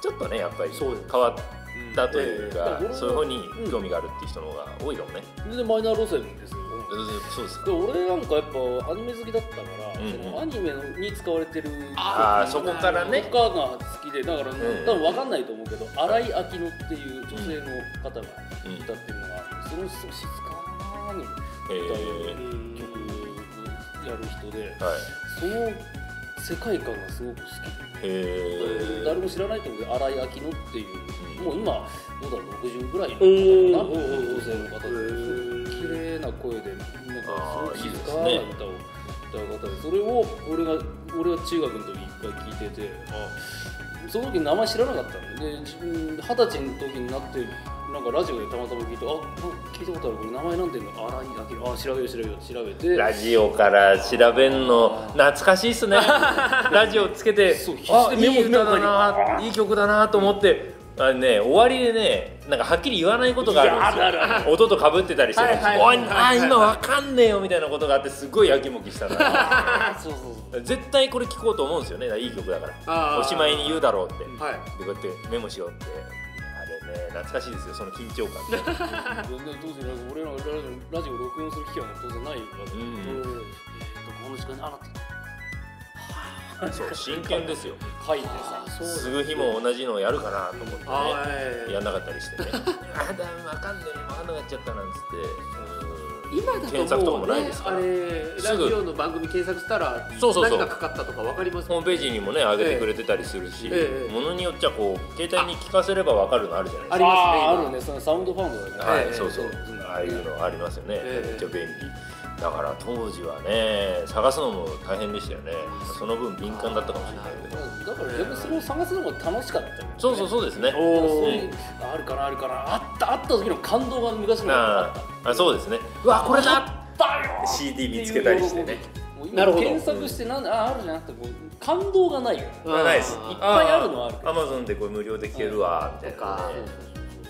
[SPEAKER 3] ちょっとねやっぱり
[SPEAKER 1] そうです
[SPEAKER 3] 変わったというか、
[SPEAKER 2] ええ
[SPEAKER 3] そういう方に興味があるっていう人の方が多いかもね、
[SPEAKER 2] 全然マイナー路線ですよ
[SPEAKER 3] そうですか
[SPEAKER 2] で俺なんかやっぱアニメ好きだったから、
[SPEAKER 3] うんうん
[SPEAKER 2] そのアニメに使われてる
[SPEAKER 3] あーそこからね
[SPEAKER 2] 他が好きでだか
[SPEAKER 3] ん
[SPEAKER 2] ら、多分分かんないと思うけど新井秋乃っていう女性の
[SPEAKER 3] うん
[SPEAKER 2] 方が歌ってるのがあってそのすごい静かに
[SPEAKER 3] え
[SPEAKER 1] う
[SPEAKER 3] ー
[SPEAKER 1] ん
[SPEAKER 2] 曲をやる人で
[SPEAKER 3] はい
[SPEAKER 2] その世界観がすごく好き
[SPEAKER 3] えー
[SPEAKER 2] 誰も知らないと思うけど新井秋乃っていう、
[SPEAKER 3] うん
[SPEAKER 2] もう今どうだろう60ぐらいの
[SPEAKER 1] おー
[SPEAKER 2] 方かな女性の方で。綺麗な声でなんか
[SPEAKER 3] あー
[SPEAKER 2] すごい静か
[SPEAKER 3] いい
[SPEAKER 2] な
[SPEAKER 3] で
[SPEAKER 2] 歌を歌う方でそれを俺が俺は中学の時一回聞いててあその時名前知らなかったんでで自分二十歳の時になってなんかラジオでたまたま聞いてああ聞いたことあるこれ名前なんて言うんだ荒井明あ調べよう調べよう調べて
[SPEAKER 3] ラジオから調べんの懐かしいっ すねラジオつけて
[SPEAKER 2] そう必
[SPEAKER 3] あ
[SPEAKER 2] 死で
[SPEAKER 3] いい
[SPEAKER 2] メモ
[SPEAKER 3] 歌だ
[SPEAKER 2] メモ書
[SPEAKER 3] ないい曲だなと思って、あのね終わりでねなんかはっきり言わないことがあ
[SPEAKER 2] いやあ
[SPEAKER 3] る
[SPEAKER 2] るあ
[SPEAKER 3] んですよ音とかぶってたりして、
[SPEAKER 1] はい
[SPEAKER 3] ね
[SPEAKER 1] はい
[SPEAKER 3] おい
[SPEAKER 1] はい
[SPEAKER 3] あ
[SPEAKER 1] はい
[SPEAKER 3] 今わかんねえよみたいなことがあってすごいやきもきした な
[SPEAKER 2] あそうそうそう
[SPEAKER 3] 絶対これ聴こうと思うんですよねいい曲だか
[SPEAKER 1] あー
[SPEAKER 3] らおしまいに言うだろうって、
[SPEAKER 1] はい
[SPEAKER 3] でこうやってメモしようってあれね懐かしいですよその緊張感
[SPEAKER 2] 全然当時なんか俺らがラジオラジオ録音する機会も当然ないわけ
[SPEAKER 3] う
[SPEAKER 1] う
[SPEAKER 2] で、
[SPEAKER 1] んん
[SPEAKER 2] この時間にあなた
[SPEAKER 3] そう真剣ですよ
[SPEAKER 2] 書いて
[SPEAKER 1] あ
[SPEAKER 2] さ
[SPEAKER 1] ーそうだ
[SPEAKER 3] すぐ日も同じのをやるかなと思ってね
[SPEAKER 1] あー
[SPEAKER 3] やんなかった りしてねあだわかんねえわかんなくなっちゃったなんつってうーん
[SPEAKER 1] 今だともう、ね、
[SPEAKER 3] 検索とかもないですから
[SPEAKER 1] あれラ
[SPEAKER 3] すぐ
[SPEAKER 1] ジオの番組検索したら
[SPEAKER 3] そうそうそう
[SPEAKER 1] 何がかかったとかわかります
[SPEAKER 3] ホームページにもね上げてくれてたりするし、
[SPEAKER 1] ええええ
[SPEAKER 3] ものによっちゃこう携帯に聞かせればわかるのあるじゃない
[SPEAKER 1] あ
[SPEAKER 3] で
[SPEAKER 1] りますね
[SPEAKER 2] あー
[SPEAKER 1] 今
[SPEAKER 2] あるねそのサウンドファウンドだ
[SPEAKER 3] す
[SPEAKER 2] よね
[SPEAKER 3] かはい、
[SPEAKER 1] ええ
[SPEAKER 3] そうそう、
[SPEAKER 2] え
[SPEAKER 3] ああいうのありますよね、
[SPEAKER 1] ええ
[SPEAKER 3] めっちゃ便利だから当時はね探すのも大変でしたよねその分敏感だったかもしれないけど
[SPEAKER 2] だから逆にそれを探すのが楽しかったよね
[SPEAKER 3] そうそうそうですね
[SPEAKER 2] だから
[SPEAKER 1] お
[SPEAKER 2] そう
[SPEAKER 1] ー
[SPEAKER 2] いうあるかなあるかなあったあった時の感動が昔のあ
[SPEAKER 3] あ
[SPEAKER 2] った
[SPEAKER 3] あそうですねうわこれだ
[SPEAKER 2] あったよ
[SPEAKER 3] CD 見つけたりしてね
[SPEAKER 2] もう今
[SPEAKER 1] なるほど
[SPEAKER 2] 検索してなんでああるじゃなくてこう感動がないよね
[SPEAKER 1] うん
[SPEAKER 3] まあないですいっ
[SPEAKER 1] あー
[SPEAKER 3] ぱいある
[SPEAKER 2] の
[SPEAKER 3] の
[SPEAKER 2] は
[SPEAKER 3] あ
[SPEAKER 2] ある
[SPEAKER 3] る
[SPEAKER 2] け
[SPEAKER 3] アマゾンでこれ無料で聴けるわみたいな
[SPEAKER 1] あ
[SPEAKER 3] ね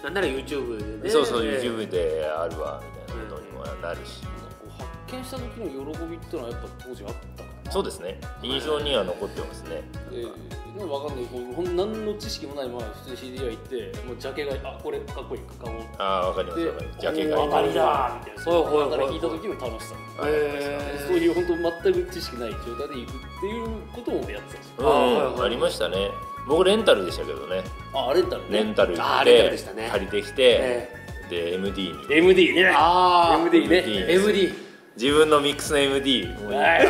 [SPEAKER 1] なんなら YouTube でね
[SPEAKER 3] そうそう、
[SPEAKER 1] ええ
[SPEAKER 3] YouTube であるわみたいなことにもなるし、
[SPEAKER 2] なんかこう発見した時の喜びっていうのはやっぱ当時あったかな
[SPEAKER 3] そうですね印象には残ってますね、
[SPEAKER 2] えーね、わかんないこうほん何の知識もないまま普通に CD 屋行ってもうジャケがあこれかっこいい買おう
[SPEAKER 3] ああわかりますわかりますジャケ買い
[SPEAKER 2] おー当たりだーみたいな
[SPEAKER 1] そうそうそう
[SPEAKER 2] だから聞いた時の楽しさ
[SPEAKER 3] ありましたね
[SPEAKER 1] え
[SPEAKER 2] そういう本当全く知識ない状態で行くっていうこともやってたし、
[SPEAKER 3] う
[SPEAKER 1] あーはい
[SPEAKER 3] ん、
[SPEAKER 1] はい
[SPEAKER 3] ありましたね僕レンタルでしたけどね
[SPEAKER 2] あ、あれだろう
[SPEAKER 3] レン
[SPEAKER 2] ね。
[SPEAKER 3] タル
[SPEAKER 1] あーレンタル
[SPEAKER 3] で
[SPEAKER 1] でしたね
[SPEAKER 3] 借りてき
[SPEAKER 1] え
[SPEAKER 3] て、で MD に
[SPEAKER 2] MD ね。
[SPEAKER 1] ああ
[SPEAKER 2] MD ね。
[SPEAKER 3] MD
[SPEAKER 1] MD
[SPEAKER 3] 自分のミックスの MD もう
[SPEAKER 2] はいはい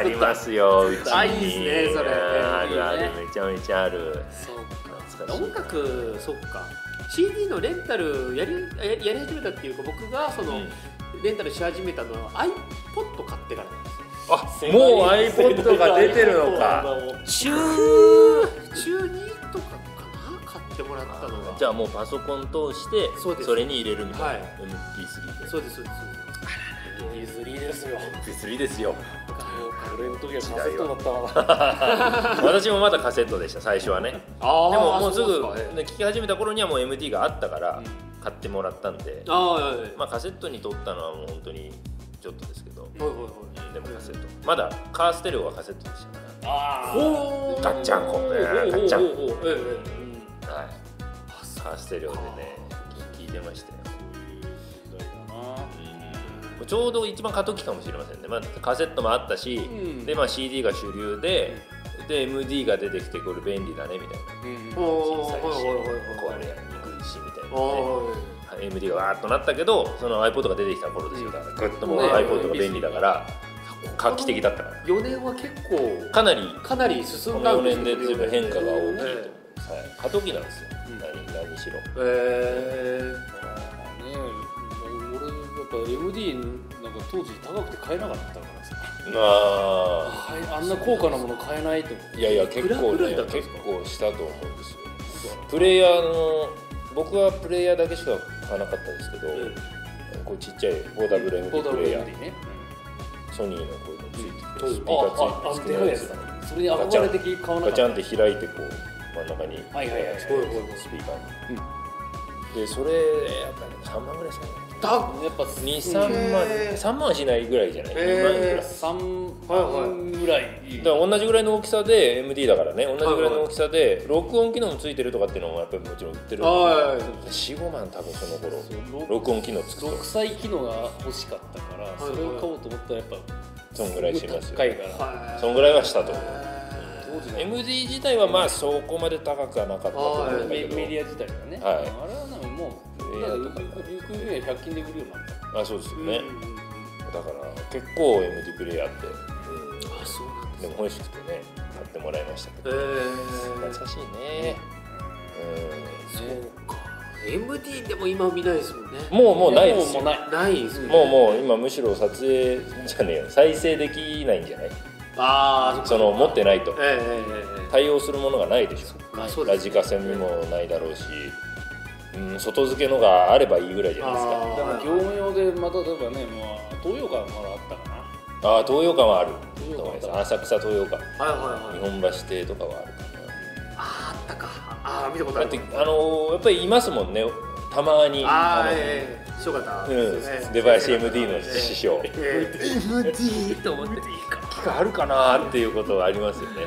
[SPEAKER 3] ありますようちに
[SPEAKER 1] あいいですねそれ
[SPEAKER 3] あるあ
[SPEAKER 2] MD
[SPEAKER 3] るめちゃめちゃある
[SPEAKER 1] そう
[SPEAKER 3] 懐
[SPEAKER 1] か
[SPEAKER 3] かしい
[SPEAKER 1] 音楽そっか CD のレンタルやりややり始めたっていうか僕がその、
[SPEAKER 3] うん
[SPEAKER 1] レンタルし始めたのは iPod 買ってからなんですよ
[SPEAKER 3] あもう iPod が出てるのか。
[SPEAKER 1] 中中2とかかな買ってもらったのが
[SPEAKER 3] じゃあもうパソコン通して
[SPEAKER 1] そうです
[SPEAKER 3] それに入れるみたいな
[SPEAKER 1] はい
[SPEAKER 3] MP3 で
[SPEAKER 1] そうですそうですそうです
[SPEAKER 2] 3ですよ。
[SPEAKER 3] MP3 です よ
[SPEAKER 2] 俺の時はカセットだったわ。
[SPEAKER 3] 私もまだカセットでした最初はねで
[SPEAKER 1] あ
[SPEAKER 3] ももうすぐ
[SPEAKER 1] あ
[SPEAKER 3] ね聴き始めた頃にはもう MD があったから買ってもらったんで
[SPEAKER 1] あーはいはい
[SPEAKER 3] まあカセットに撮ったのはもう本当にちょっとですけど
[SPEAKER 1] はいはい
[SPEAKER 3] でもカセットまだカーステレオはカセットでしたから
[SPEAKER 2] あ
[SPEAKER 1] ほう
[SPEAKER 3] ガッチャンコ
[SPEAKER 2] ほう
[SPEAKER 3] えーガッチャン
[SPEAKER 2] ほうほうほうええうん
[SPEAKER 3] はいカーステレオでね聞いてましたよ
[SPEAKER 2] そういう時代だな
[SPEAKER 3] ちょうど一番過渡期かもしれませんね、まあ、カセットもあったし、
[SPEAKER 2] ん
[SPEAKER 3] でまあ、CD が主流で、で MD が出てきてこれ便利だねみたいな
[SPEAKER 1] おお
[SPEAKER 3] 小さいし壊れにくいしみたいなねはい MD がわーっとなったけどその iPod が出てきた頃ですよだからグッともう
[SPEAKER 1] ね
[SPEAKER 3] iPod が便利だから画期的だったから
[SPEAKER 1] 4年は結構
[SPEAKER 3] かなり
[SPEAKER 1] かなり進
[SPEAKER 3] こ
[SPEAKER 1] ん
[SPEAKER 3] の
[SPEAKER 1] だ
[SPEAKER 3] 4年で随分変化が大きいと思う
[SPEAKER 1] ね
[SPEAKER 3] はい、過渡期なんですよ、
[SPEAKER 2] うん
[SPEAKER 3] 何何しろ
[SPEAKER 1] えー
[SPEAKER 2] ね俺やっぱ MD なんか当時高くて買えなかったからさ
[SPEAKER 3] あ
[SPEAKER 2] 買えあんな高価なもの買えないと思って
[SPEAKER 3] いやいや
[SPEAKER 1] い
[SPEAKER 3] 結構
[SPEAKER 1] くらぐらい
[SPEAKER 3] ね
[SPEAKER 1] だったんです
[SPEAKER 3] 結
[SPEAKER 1] か
[SPEAKER 3] 構したと思うんですよプレイヤーの僕はプレイヤーだけしか買わなかったですけど、
[SPEAKER 1] うん
[SPEAKER 3] こうちっちゃい 4WMD プレイヤー
[SPEAKER 2] 4WMD ね
[SPEAKER 3] ソニーのこういうのついてて、
[SPEAKER 1] うん
[SPEAKER 3] スピ
[SPEAKER 2] あ
[SPEAKER 3] ーカ
[SPEAKER 2] あ
[SPEAKER 3] ー
[SPEAKER 2] あ
[SPEAKER 3] つい
[SPEAKER 2] の
[SPEAKER 3] てて
[SPEAKER 2] でかいやつだそれに憧れて買わなか
[SPEAKER 3] ガ
[SPEAKER 2] っ
[SPEAKER 3] チ
[SPEAKER 2] た
[SPEAKER 3] ャンって開いてこう真ん中に
[SPEAKER 2] はいはいはい
[SPEAKER 3] ス
[SPEAKER 1] はいはい
[SPEAKER 3] ピーカーに、でそれやっぱり3万ぐらいしかない
[SPEAKER 1] だ
[SPEAKER 2] やっぱ
[SPEAKER 3] 23万
[SPEAKER 1] へー
[SPEAKER 3] 3万はしないぐらいじゃない、
[SPEAKER 1] へー
[SPEAKER 3] 2万いくら
[SPEAKER 2] 3
[SPEAKER 1] はい
[SPEAKER 2] 万ぐらい
[SPEAKER 3] だから同じぐらいの大きさで MD だからね同じぐらいの大きさで録音機能もついてるとかっていうのもやっぱりもちろん売ってるんで
[SPEAKER 1] はい
[SPEAKER 3] 45万多分その頃
[SPEAKER 2] そう
[SPEAKER 3] 録音機能つくと
[SPEAKER 2] 独裁機能が欲しかったからそれを買おうと思ったらやっぱ
[SPEAKER 3] そんぐらいしますよ
[SPEAKER 2] 高いから
[SPEAKER 1] はい
[SPEAKER 3] そんぐらいはしたと思う
[SPEAKER 2] 当時の
[SPEAKER 3] MD 自体はまあそこまで高くはなかったと思うんだ
[SPEAKER 2] メ
[SPEAKER 3] け
[SPEAKER 2] メ
[SPEAKER 3] ど
[SPEAKER 2] ディア自体がね、
[SPEAKER 3] はい
[SPEAKER 2] あれはなんかも
[SPEAKER 3] え
[SPEAKER 2] う
[SPEAKER 3] ー
[SPEAKER 2] だからゆくゆくゆく100均で売るようになった
[SPEAKER 3] あそうですよね、
[SPEAKER 1] うんうんうん
[SPEAKER 3] だから結構 MD プレイヤーって、
[SPEAKER 1] あそうなん
[SPEAKER 3] でも欲しくてね買ってもらいましたけど
[SPEAKER 1] え
[SPEAKER 3] 懐
[SPEAKER 1] ー
[SPEAKER 3] かしいね、
[SPEAKER 1] そうか MD でも今見ないですもんね
[SPEAKER 3] うん、もうもうないです
[SPEAKER 2] も
[SPEAKER 3] よ
[SPEAKER 2] うもうない
[SPEAKER 1] ないですね
[SPEAKER 3] もうもう今むしろ撮影じゃねえよ再生できないんじゃない
[SPEAKER 1] ああ
[SPEAKER 3] その持ってないと
[SPEAKER 1] えええええ
[SPEAKER 3] 対応するものがないでしょ
[SPEAKER 1] えあそう
[SPEAKER 3] ラ
[SPEAKER 1] です
[SPEAKER 3] ジカセにもないだろうし、うん、外付けのがあればいいぐらいじゃないですか
[SPEAKER 1] あ
[SPEAKER 2] だから業務用でまた例えばねもう東洋館まだあったかな
[SPEAKER 3] ああー東洋館はある
[SPEAKER 2] 東洋館
[SPEAKER 3] と思います浅草東洋館
[SPEAKER 1] はいはい
[SPEAKER 3] 日
[SPEAKER 1] はい
[SPEAKER 3] 本橋邸とかはあるか
[SPEAKER 1] あーあったかああ見たこと
[SPEAKER 3] な
[SPEAKER 1] あ
[SPEAKER 3] だっ
[SPEAKER 1] る
[SPEAKER 3] てあのーやっぱりいますもんねたまに
[SPEAKER 1] ああ
[SPEAKER 3] の
[SPEAKER 1] ええそうかった
[SPEAKER 3] うん、出林 MD の師匠
[SPEAKER 1] ええ MD と思っていいか
[SPEAKER 3] 機会あるかなーっていうことはありますよね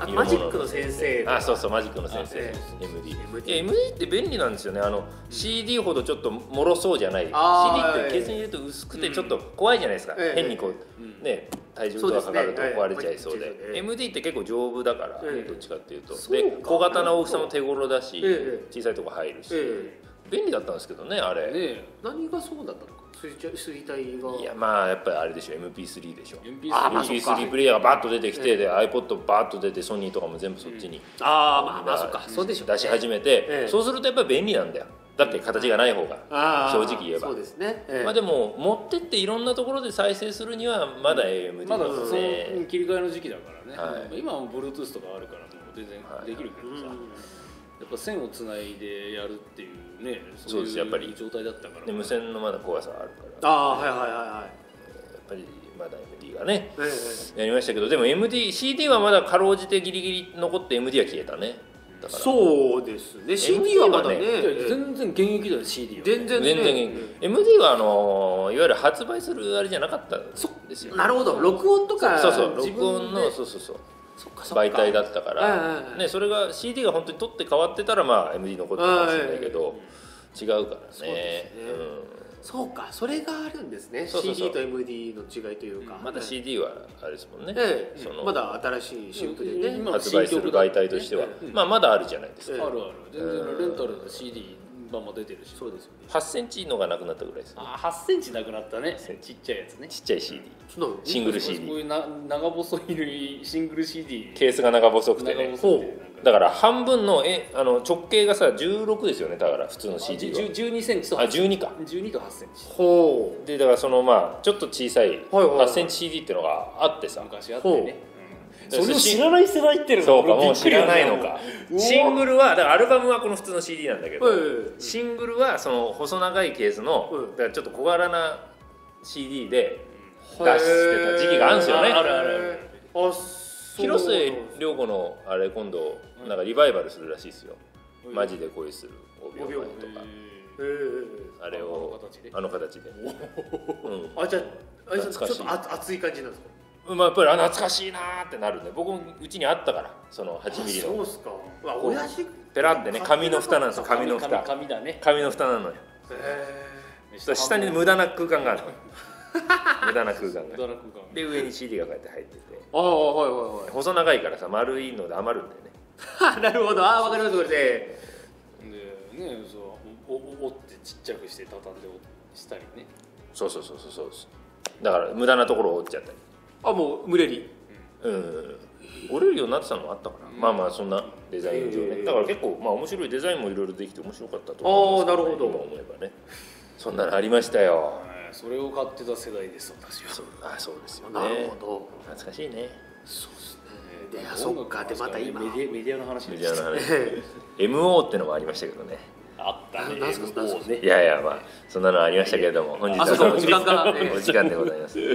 [SPEAKER 1] あマジックの先生
[SPEAKER 3] あそうそうマジックの先生
[SPEAKER 1] あえ
[SPEAKER 3] MD い
[SPEAKER 1] MD
[SPEAKER 3] や MD って便利なんですよねあの CD ほどちょっともろそうじゃない CD
[SPEAKER 1] あー
[SPEAKER 3] ってケースに入れると薄くてちょっと怖いじゃないですか、
[SPEAKER 1] ええ
[SPEAKER 3] 変にこうね体重とかかかる
[SPEAKER 1] そ
[SPEAKER 3] と
[SPEAKER 1] うですね
[SPEAKER 3] 壊れちゃいそうで
[SPEAKER 1] ええええ
[SPEAKER 3] MD って結構丈夫だから、
[SPEAKER 1] ええ
[SPEAKER 3] どっちかっていうと
[SPEAKER 1] そう
[SPEAKER 3] で
[SPEAKER 1] か
[SPEAKER 3] 小型な大きさも手頃だし、
[SPEAKER 1] え
[SPEAKER 3] 小さいとこ入るし、
[SPEAKER 1] ええ
[SPEAKER 3] 便利だったんですけどねあれ、
[SPEAKER 2] で
[SPEAKER 1] 何がそうだったのか水体水体が
[SPEAKER 3] いやまあやっぱりあれでしょ MP3 でしょ
[SPEAKER 2] MP3
[SPEAKER 1] あまあそっか
[SPEAKER 3] MP3 プレイヤーがバッと出てきて、で iPod バッと出てソニーとかも全部そっちに、
[SPEAKER 1] ああまあまあそっかそうでしょうね
[SPEAKER 3] 出し始めて、
[SPEAKER 1] ええ
[SPEAKER 3] そうするとやっぱり便利なんだよだって形がない方が、
[SPEAKER 1] あー
[SPEAKER 3] 正直言えば
[SPEAKER 1] そうですねええ
[SPEAKER 3] まあでも持ってっていろんなところで再生するにはまだ AMD
[SPEAKER 2] まだ
[SPEAKER 3] な
[SPEAKER 2] そ
[SPEAKER 3] の
[SPEAKER 2] の
[SPEAKER 3] で、
[SPEAKER 2] 切り替えの時期だからね、
[SPEAKER 3] は
[SPEAKER 2] 今はもう Bluetooth とかあるからもう全然
[SPEAKER 3] はい
[SPEAKER 2] できるけ
[SPEAKER 1] う
[SPEAKER 2] どさ、や
[SPEAKER 1] ん
[SPEAKER 2] っぱ線をつないでやるっていうね
[SPEAKER 3] そうですやっぱり
[SPEAKER 2] 状態だったから
[SPEAKER 3] で無線のまだ怖さはあるからやっ
[SPEAKER 1] ああはいはいはいはい
[SPEAKER 3] ぱりまだ MD がね
[SPEAKER 1] ええ
[SPEAKER 3] やりましたけどでも MDCD はまだかろうじてギリギリ残って MD は消えたねだから
[SPEAKER 1] そうですね CD はまだね
[SPEAKER 3] ね
[SPEAKER 2] いや全然現役だよ CD は
[SPEAKER 1] 全然ね
[SPEAKER 3] 全然、MD はあのいわゆる発売するあれじゃなかったんですよ
[SPEAKER 1] なるほど録音とか
[SPEAKER 3] そうそう
[SPEAKER 1] 自分
[SPEAKER 3] 録音
[SPEAKER 1] で
[SPEAKER 3] のそうそうそう
[SPEAKER 1] そっかそっか
[SPEAKER 3] 媒体だったか
[SPEAKER 1] うんうんう
[SPEAKER 3] ら、
[SPEAKER 1] ん
[SPEAKER 3] ね、それが CD が本当に取って変わってたらまあ MD 残ってたかもしれないけど違うから
[SPEAKER 1] うで
[SPEAKER 3] ね
[SPEAKER 1] すねそうかそれがあるんですね
[SPEAKER 3] そうそうそう
[SPEAKER 1] CD と MD の違いというか、
[SPEAKER 3] うんまだ CD はあれですもんね、
[SPEAKER 1] ええ
[SPEAKER 3] その
[SPEAKER 1] まだ新しい新婦でね、
[SPEAKER 2] うん今
[SPEAKER 3] 発売する媒体としては、
[SPEAKER 1] う
[SPEAKER 3] まあ、まだあるじゃないです
[SPEAKER 1] え
[SPEAKER 3] か
[SPEAKER 1] え
[SPEAKER 2] あるある全然レンタルの CD 版も出てるし
[SPEAKER 1] そうですよね
[SPEAKER 3] 8センチのがなくなったぐらいです
[SPEAKER 2] あ8センチなくなったねちっちゃいやつね
[SPEAKER 3] ちっちゃい CD
[SPEAKER 1] その
[SPEAKER 3] シングル CD
[SPEAKER 2] こういうな長細いシングル CD
[SPEAKER 3] ケースが長細くて
[SPEAKER 2] 長
[SPEAKER 3] ね
[SPEAKER 2] 細い
[SPEAKER 1] ほ
[SPEAKER 3] だから半分のえあの直径がさ16ですよねだから普通の CD は
[SPEAKER 2] 12センチと
[SPEAKER 3] あ12か
[SPEAKER 2] 12と8センチ
[SPEAKER 1] ほう
[SPEAKER 3] でだからそのまあちょっと小さい
[SPEAKER 1] はいはい
[SPEAKER 3] 8センチ CD っていうのがあってさ
[SPEAKER 2] 昔あって
[SPEAKER 3] ほ
[SPEAKER 2] ね
[SPEAKER 3] う
[SPEAKER 2] うんそれを知らない世代ってる
[SPEAKER 3] そうかもう知らないのか
[SPEAKER 2] うわ
[SPEAKER 3] シングルはだからアルバムはこの普通の CD なんだけど、
[SPEAKER 1] はい
[SPEAKER 3] シングルはその細長いケースの、
[SPEAKER 1] はい
[SPEAKER 3] だからちょっと小柄な CD で
[SPEAKER 1] 脱
[SPEAKER 3] 出してた時期があるんですよね
[SPEAKER 1] あるあるあそう
[SPEAKER 3] 広末涼子のあれ今度なんかリバイバルするらしいですよ、
[SPEAKER 2] うん
[SPEAKER 3] マジで恋する5秒前とか、
[SPEAKER 1] ええ
[SPEAKER 3] あれを
[SPEAKER 2] あの形で
[SPEAKER 3] あの形で、うん
[SPEAKER 1] あじゃああれちょ
[SPEAKER 3] 懐かしい
[SPEAKER 1] っとあ熱い感じなんですか
[SPEAKER 3] まあ、やっぱりあ懐かしいなーってなるんで僕もうちにあったからその8ミリ
[SPEAKER 1] そう
[SPEAKER 3] の
[SPEAKER 1] っすかうわ
[SPEAKER 3] こう
[SPEAKER 1] 親父
[SPEAKER 3] ペラってね紙の蓋なんですよ紙の
[SPEAKER 2] 紙
[SPEAKER 3] 蓋
[SPEAKER 2] 紙だね
[SPEAKER 3] 紙の蓋なのよ
[SPEAKER 1] へ
[SPEAKER 3] そしたら下に無駄な空間がある の無駄な空間
[SPEAKER 2] 無
[SPEAKER 3] が
[SPEAKER 2] 駄な空間
[SPEAKER 3] で上に CD がこうやって入ってて
[SPEAKER 1] ーああはいはい
[SPEAKER 3] 細長いからさ丸いので余るんだよね
[SPEAKER 1] はいなるほどああわかりますこれで
[SPEAKER 2] でねそうおお折ってちっちゃくして畳んでしたりね
[SPEAKER 3] そうそうそうそうそうですだから無駄なところを折っちゃったり
[SPEAKER 1] あもう無理に
[SPEAKER 3] うん折れるようになってたのもあったから、まあまあそんなデザイン上
[SPEAKER 1] へ
[SPEAKER 3] ね
[SPEAKER 1] え
[SPEAKER 3] だから結構まあ面白いデザインもいろいろできて面白かったと
[SPEAKER 1] あーなるほど
[SPEAKER 3] 今思えばねそんなのありましたよ
[SPEAKER 2] はいそれを買ってた世代です私は
[SPEAKER 3] そうあそうですよね
[SPEAKER 1] なるほど
[SPEAKER 3] 懐かしいね
[SPEAKER 1] そうっすね
[SPEAKER 2] ね
[SPEAKER 1] であそっかでまた今
[SPEAKER 2] メディアメディアの話
[SPEAKER 3] メ
[SPEAKER 2] で
[SPEAKER 3] ジャー
[SPEAKER 2] す
[SPEAKER 3] な話 MO ってのもありましたけどね
[SPEAKER 2] あったね
[SPEAKER 1] ななんすかなんすか
[SPEAKER 2] もうね
[SPEAKER 3] いやいやまあそんなのありましたけれども本日は
[SPEAKER 1] あそうそうお時間が
[SPEAKER 3] お時お時間でございますはい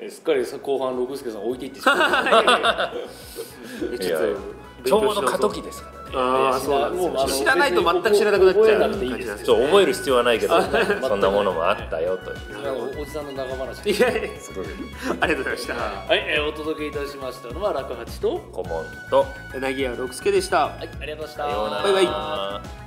[SPEAKER 2] えすっかりさ後半六輔さん置いていってし まった
[SPEAKER 1] はい
[SPEAKER 3] いやちょうど過渡期ですからね
[SPEAKER 1] ああそうなんです
[SPEAKER 2] もうあ
[SPEAKER 1] よ
[SPEAKER 2] の
[SPEAKER 1] 知らないと全く知らなくなっちゃう
[SPEAKER 2] 覚えなくていいですよ
[SPEAKER 1] 感じ
[SPEAKER 3] そう覚える必要はないけど
[SPEAKER 2] く
[SPEAKER 3] そんなものもあったよという
[SPEAKER 1] な
[SPEAKER 2] 今
[SPEAKER 1] るほ
[SPEAKER 2] の
[SPEAKER 1] ど
[SPEAKER 2] おじさんの長話
[SPEAKER 1] いやいや
[SPEAKER 3] ことで
[SPEAKER 1] ありがとうございました
[SPEAKER 2] はい、えーお届けいたしましたのは楽八と
[SPEAKER 3] 顧問と
[SPEAKER 1] 柳家六輔でした
[SPEAKER 2] はいありがとうございました
[SPEAKER 3] さようなら
[SPEAKER 1] バイバイ
[SPEAKER 2] イ